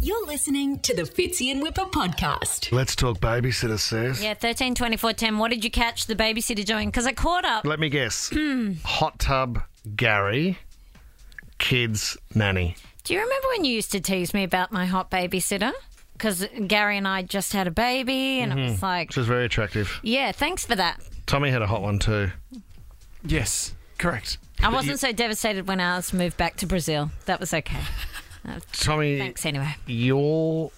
You're listening to the Fitzy and Whipper podcast. Let's talk babysitter, says. Yeah, 13, 24, 10. What did you catch the babysitter doing? Because I caught up. Let me guess. Hot tub, Gary, kids, nanny. Do you remember when you used to tease me about my hot babysitter? Because Gary and I just had a baby, and it was like, Which is very attractive. yeah, thanks for that. Tommy had a hot one too. Yes, correct. I wasn't so devastated when Alice moved back to Brazil. That was okay. Tommy, Thanks anyway. your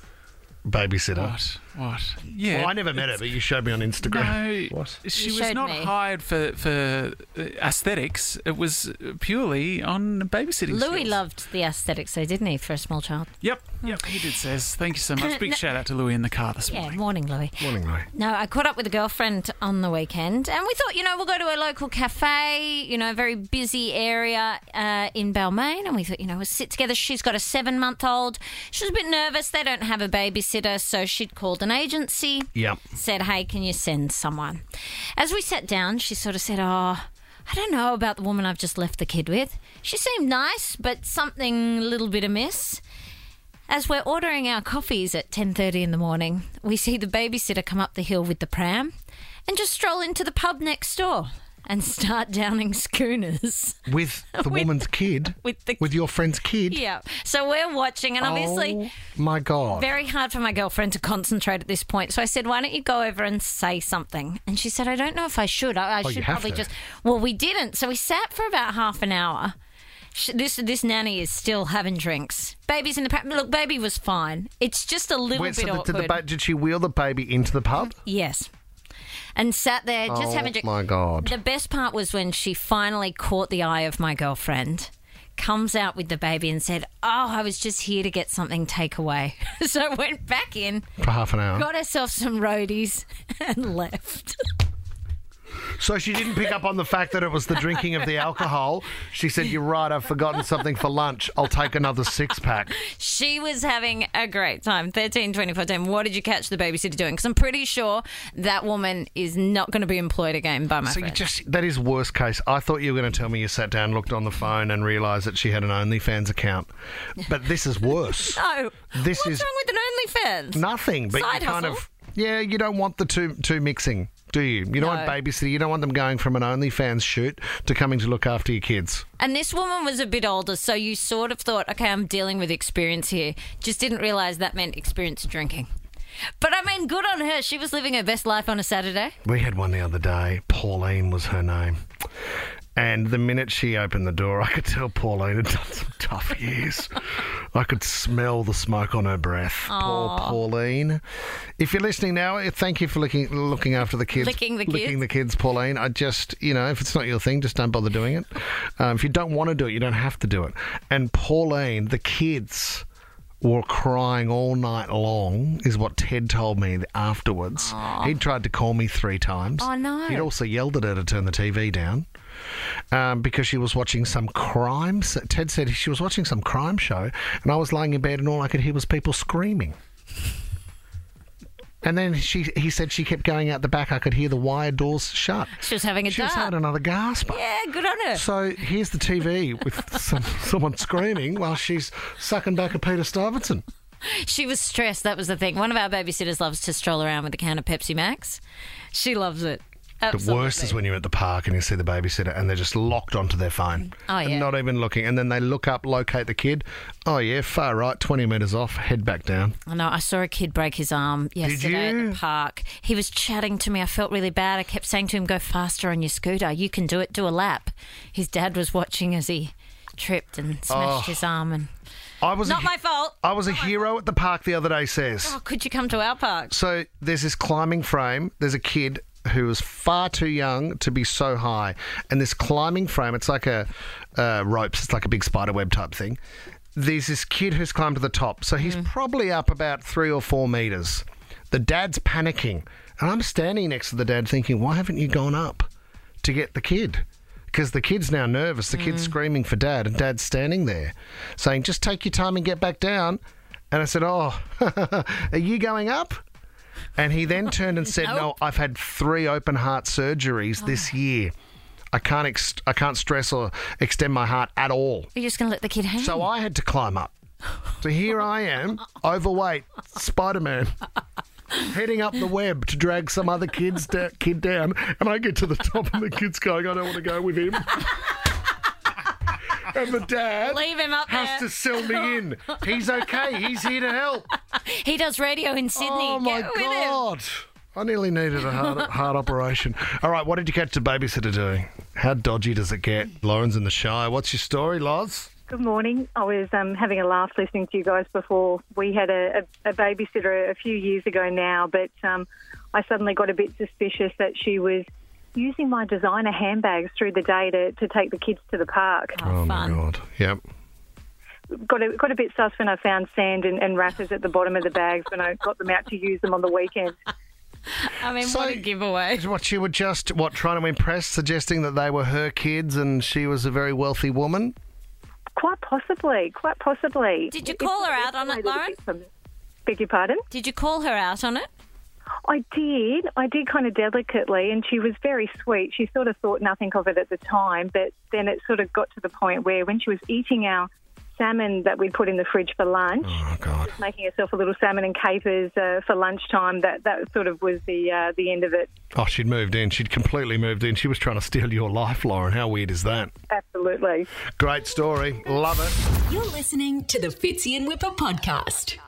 babysitter. What? What? Yeah. Well, I never met her, but you showed me on Instagram. No, she You was showed not me. hired for for uh, aesthetics. It was purely on babysitting. Louis skills. loved the aesthetics, though, didn't he, for a small child? Yep, yep, he did. Says thank you so much. Big shout out to Louis in the car this Yeah, morning. morning, Louis. Morning, Louie. No, I caught up with a girlfriend on the weekend, and we thought, you know, we'll go to a local cafe, you know, a very busy area uh, in Balmain, and we thought, you know, we'll sit together. She's got a seven month old. She was a bit nervous. They don't have a babysitter, so she'd called an agency, Yep. said, hey, can you send someone? As we sat down, she sort of said, oh, I don't know about the woman I've just left the kid with. She seemed nice, but something a little bit amiss. As we're ordering our coffees at 10:30 in the morning, we see the babysitter come up the hill with the pram and just stroll into the pub next door and start downing schooners. With the With- woman's kid. with the- your friend's kid. yeah. So we're watching and obviously Oh my God. very hard for my girlfriend to concentrate at this point. So I said, "Why don't you go over and say something?" And she said, "I don't know if I should. I, I Oh, you should have probably to. just." Well, we didn't. So we sat for about half an hour. Sh This this nanny is still having drinks. Baby's in the pram. Look, baby was fine. It's just a little Wait, bit so the, awkward. did, the ba- did she wheel the baby into the pub? yes, and sat there just oh having drinks. my God. The best part was when she finally caught the eye of my girlfriend, comes out with the baby and said, Oh, I was just here to get something takeaway. so I went back in, For half an hour. got herself some roadies, and left. So she didn't pick up on the fact that it was the drinking of the alcohol. She said, You're right, I've forgotten something for lunch. I'll take another six pack. She was having a great time. 13, 24, 10. What did you catch the babysitter doing? Because I'm pretty sure that woman is not going to be employed again by my So you friend. just that is worst case. I thought you were going to tell me you sat down, looked on the phone, and realised that she had an OnlyFans account. But this is worse. no. This What's is- wrong with an OnlyFans? Nothing. But Oh, Side you kind hustle. of yeah, you don't want the two two mixing, do you? You don't want No. babysitting. You don't want them going from an OnlyFans shoot to coming to look after your kids. And this woman was a bit older, so you sort of thought, okay, I'm dealing with experience here. Just didn't realize that meant experience drinking. But I mean, good on her. She was living her best life on a Saturday. We had one the other day. Pauline was her name. And the minute she opened the door, I could tell Pauline had done some tough years. I could smell the smoke on her breath. Poor Pauline. If you're listening now, eh, thank you for looking looking after the kids. Licking the Licking the kids, Pauline. I just, you know, if it's not your thing, just don't bother doing it. Um, if you don't want to do it, you don't have to do it. And Pauline, the kids were crying all night long, is what Ted told me afterwards. He'd tried to call me three times. Oh, no. He'd also yelled at her to turn the TV down um, because she was watching some crime. s- Ted said she was watching some crime show, and I was lying in bed, and all I could hear was people screaming. And then she, he said she kept going out the back. I could hear the wire doors shut. She was having a She was dart. having another gasp. Yeah, good on her. So here's the TV with some, someone screaming while she's sucking back a Peter Stuyvesant. She was stressed. That was the thing. One of our babysitters loves to stroll around with a can of Pepsi Max. She loves it. The Absolutely. worst is when you're at the park and you see the babysitter and they're just locked onto their phone. Oh, And yeah. Not even looking. And then they look up, locate the kid. Oh, yeah, far right, 20 metres off, head back down. I know. I saw a kid break his arm yesterday at you? the park. He was chatting to me. I felt really bad. I kept saying to him, "Go faster on your scooter. You can do it. Do a lap." His dad was watching as he tripped and Oh. smashed his arm. And I was a Not he- my fault. I was a hero at the park the other day, says. oh, could you come to our park? So there's this climbing frame. There's a kid who was far too young to be so high, and this climbing frame. It's like a uh, ropes. It's like a big spider web type thing. There's this kid who's climbed to the top, so he's probably up about three or four meters. The dad's panicking, and I'm standing next to the dad, thinking, "Why haven't you gone up to get the kid?" Because the kid's now nervous. The kid's screaming for dad, and dad's standing there, saying, "Just take your time and get back down." And I said, "Oh, are you going up?" And he then turned and said, "No, I've had three open heart surgeries this year. I can't ex- I can't stress or extend my heart at all. You're just going to let the kid hang. So I had to climb up." So here I am, overweight Spider Man, heading up the web to drag some other kid's da- kid down, and I get to the top, and the kid's going, "I don't want to go with him." And the dad Leave him up has to there. sell me in. He's okay. He's here to help. He does radio in Sydney. Oh my Get with him. god! I nearly needed a heart, heart operation. All right, what did you catch the babysitter doing? How dodgy does it get? Lauren's in the Shire. What's your story, Loz? Good morning. I was um, having a laugh listening to you guys before. We had a, a, a babysitter a few years ago now, but um, I suddenly got a bit suspicious that she was using my designer handbags through the day to, to take the kids to the park. Oh, fun. my god! Yep. Got a, got a bit sus when I found sand and, and wrappers at the bottom of the bags when I got them out to use them on the weekend. I mean, So- what a giveaway. Is What she would just what trying to impress, suggesting that they were her kids and she was a very wealthy woman. Quite possibly, quite possibly. Did you call her out on it, Lauren? Beg your pardon? Did you call her out on it? I did. I did kind of delicately, and she was very sweet. She sort of thought nothing of it at the time, but then it sort of got to the point where when she was eating our salmon that we'd put in the fridge for lunch, Oh god! making herself a little salmon and capers uh, for lunchtime, that, that sort of was the uh, the end of it. Oh, she'd moved in. She'd completely moved in. She was trying to steal your life, Lauren. How weird is that? Absolutely. Great story. Love it. You're listening to the Fitzy and Whipper podcast.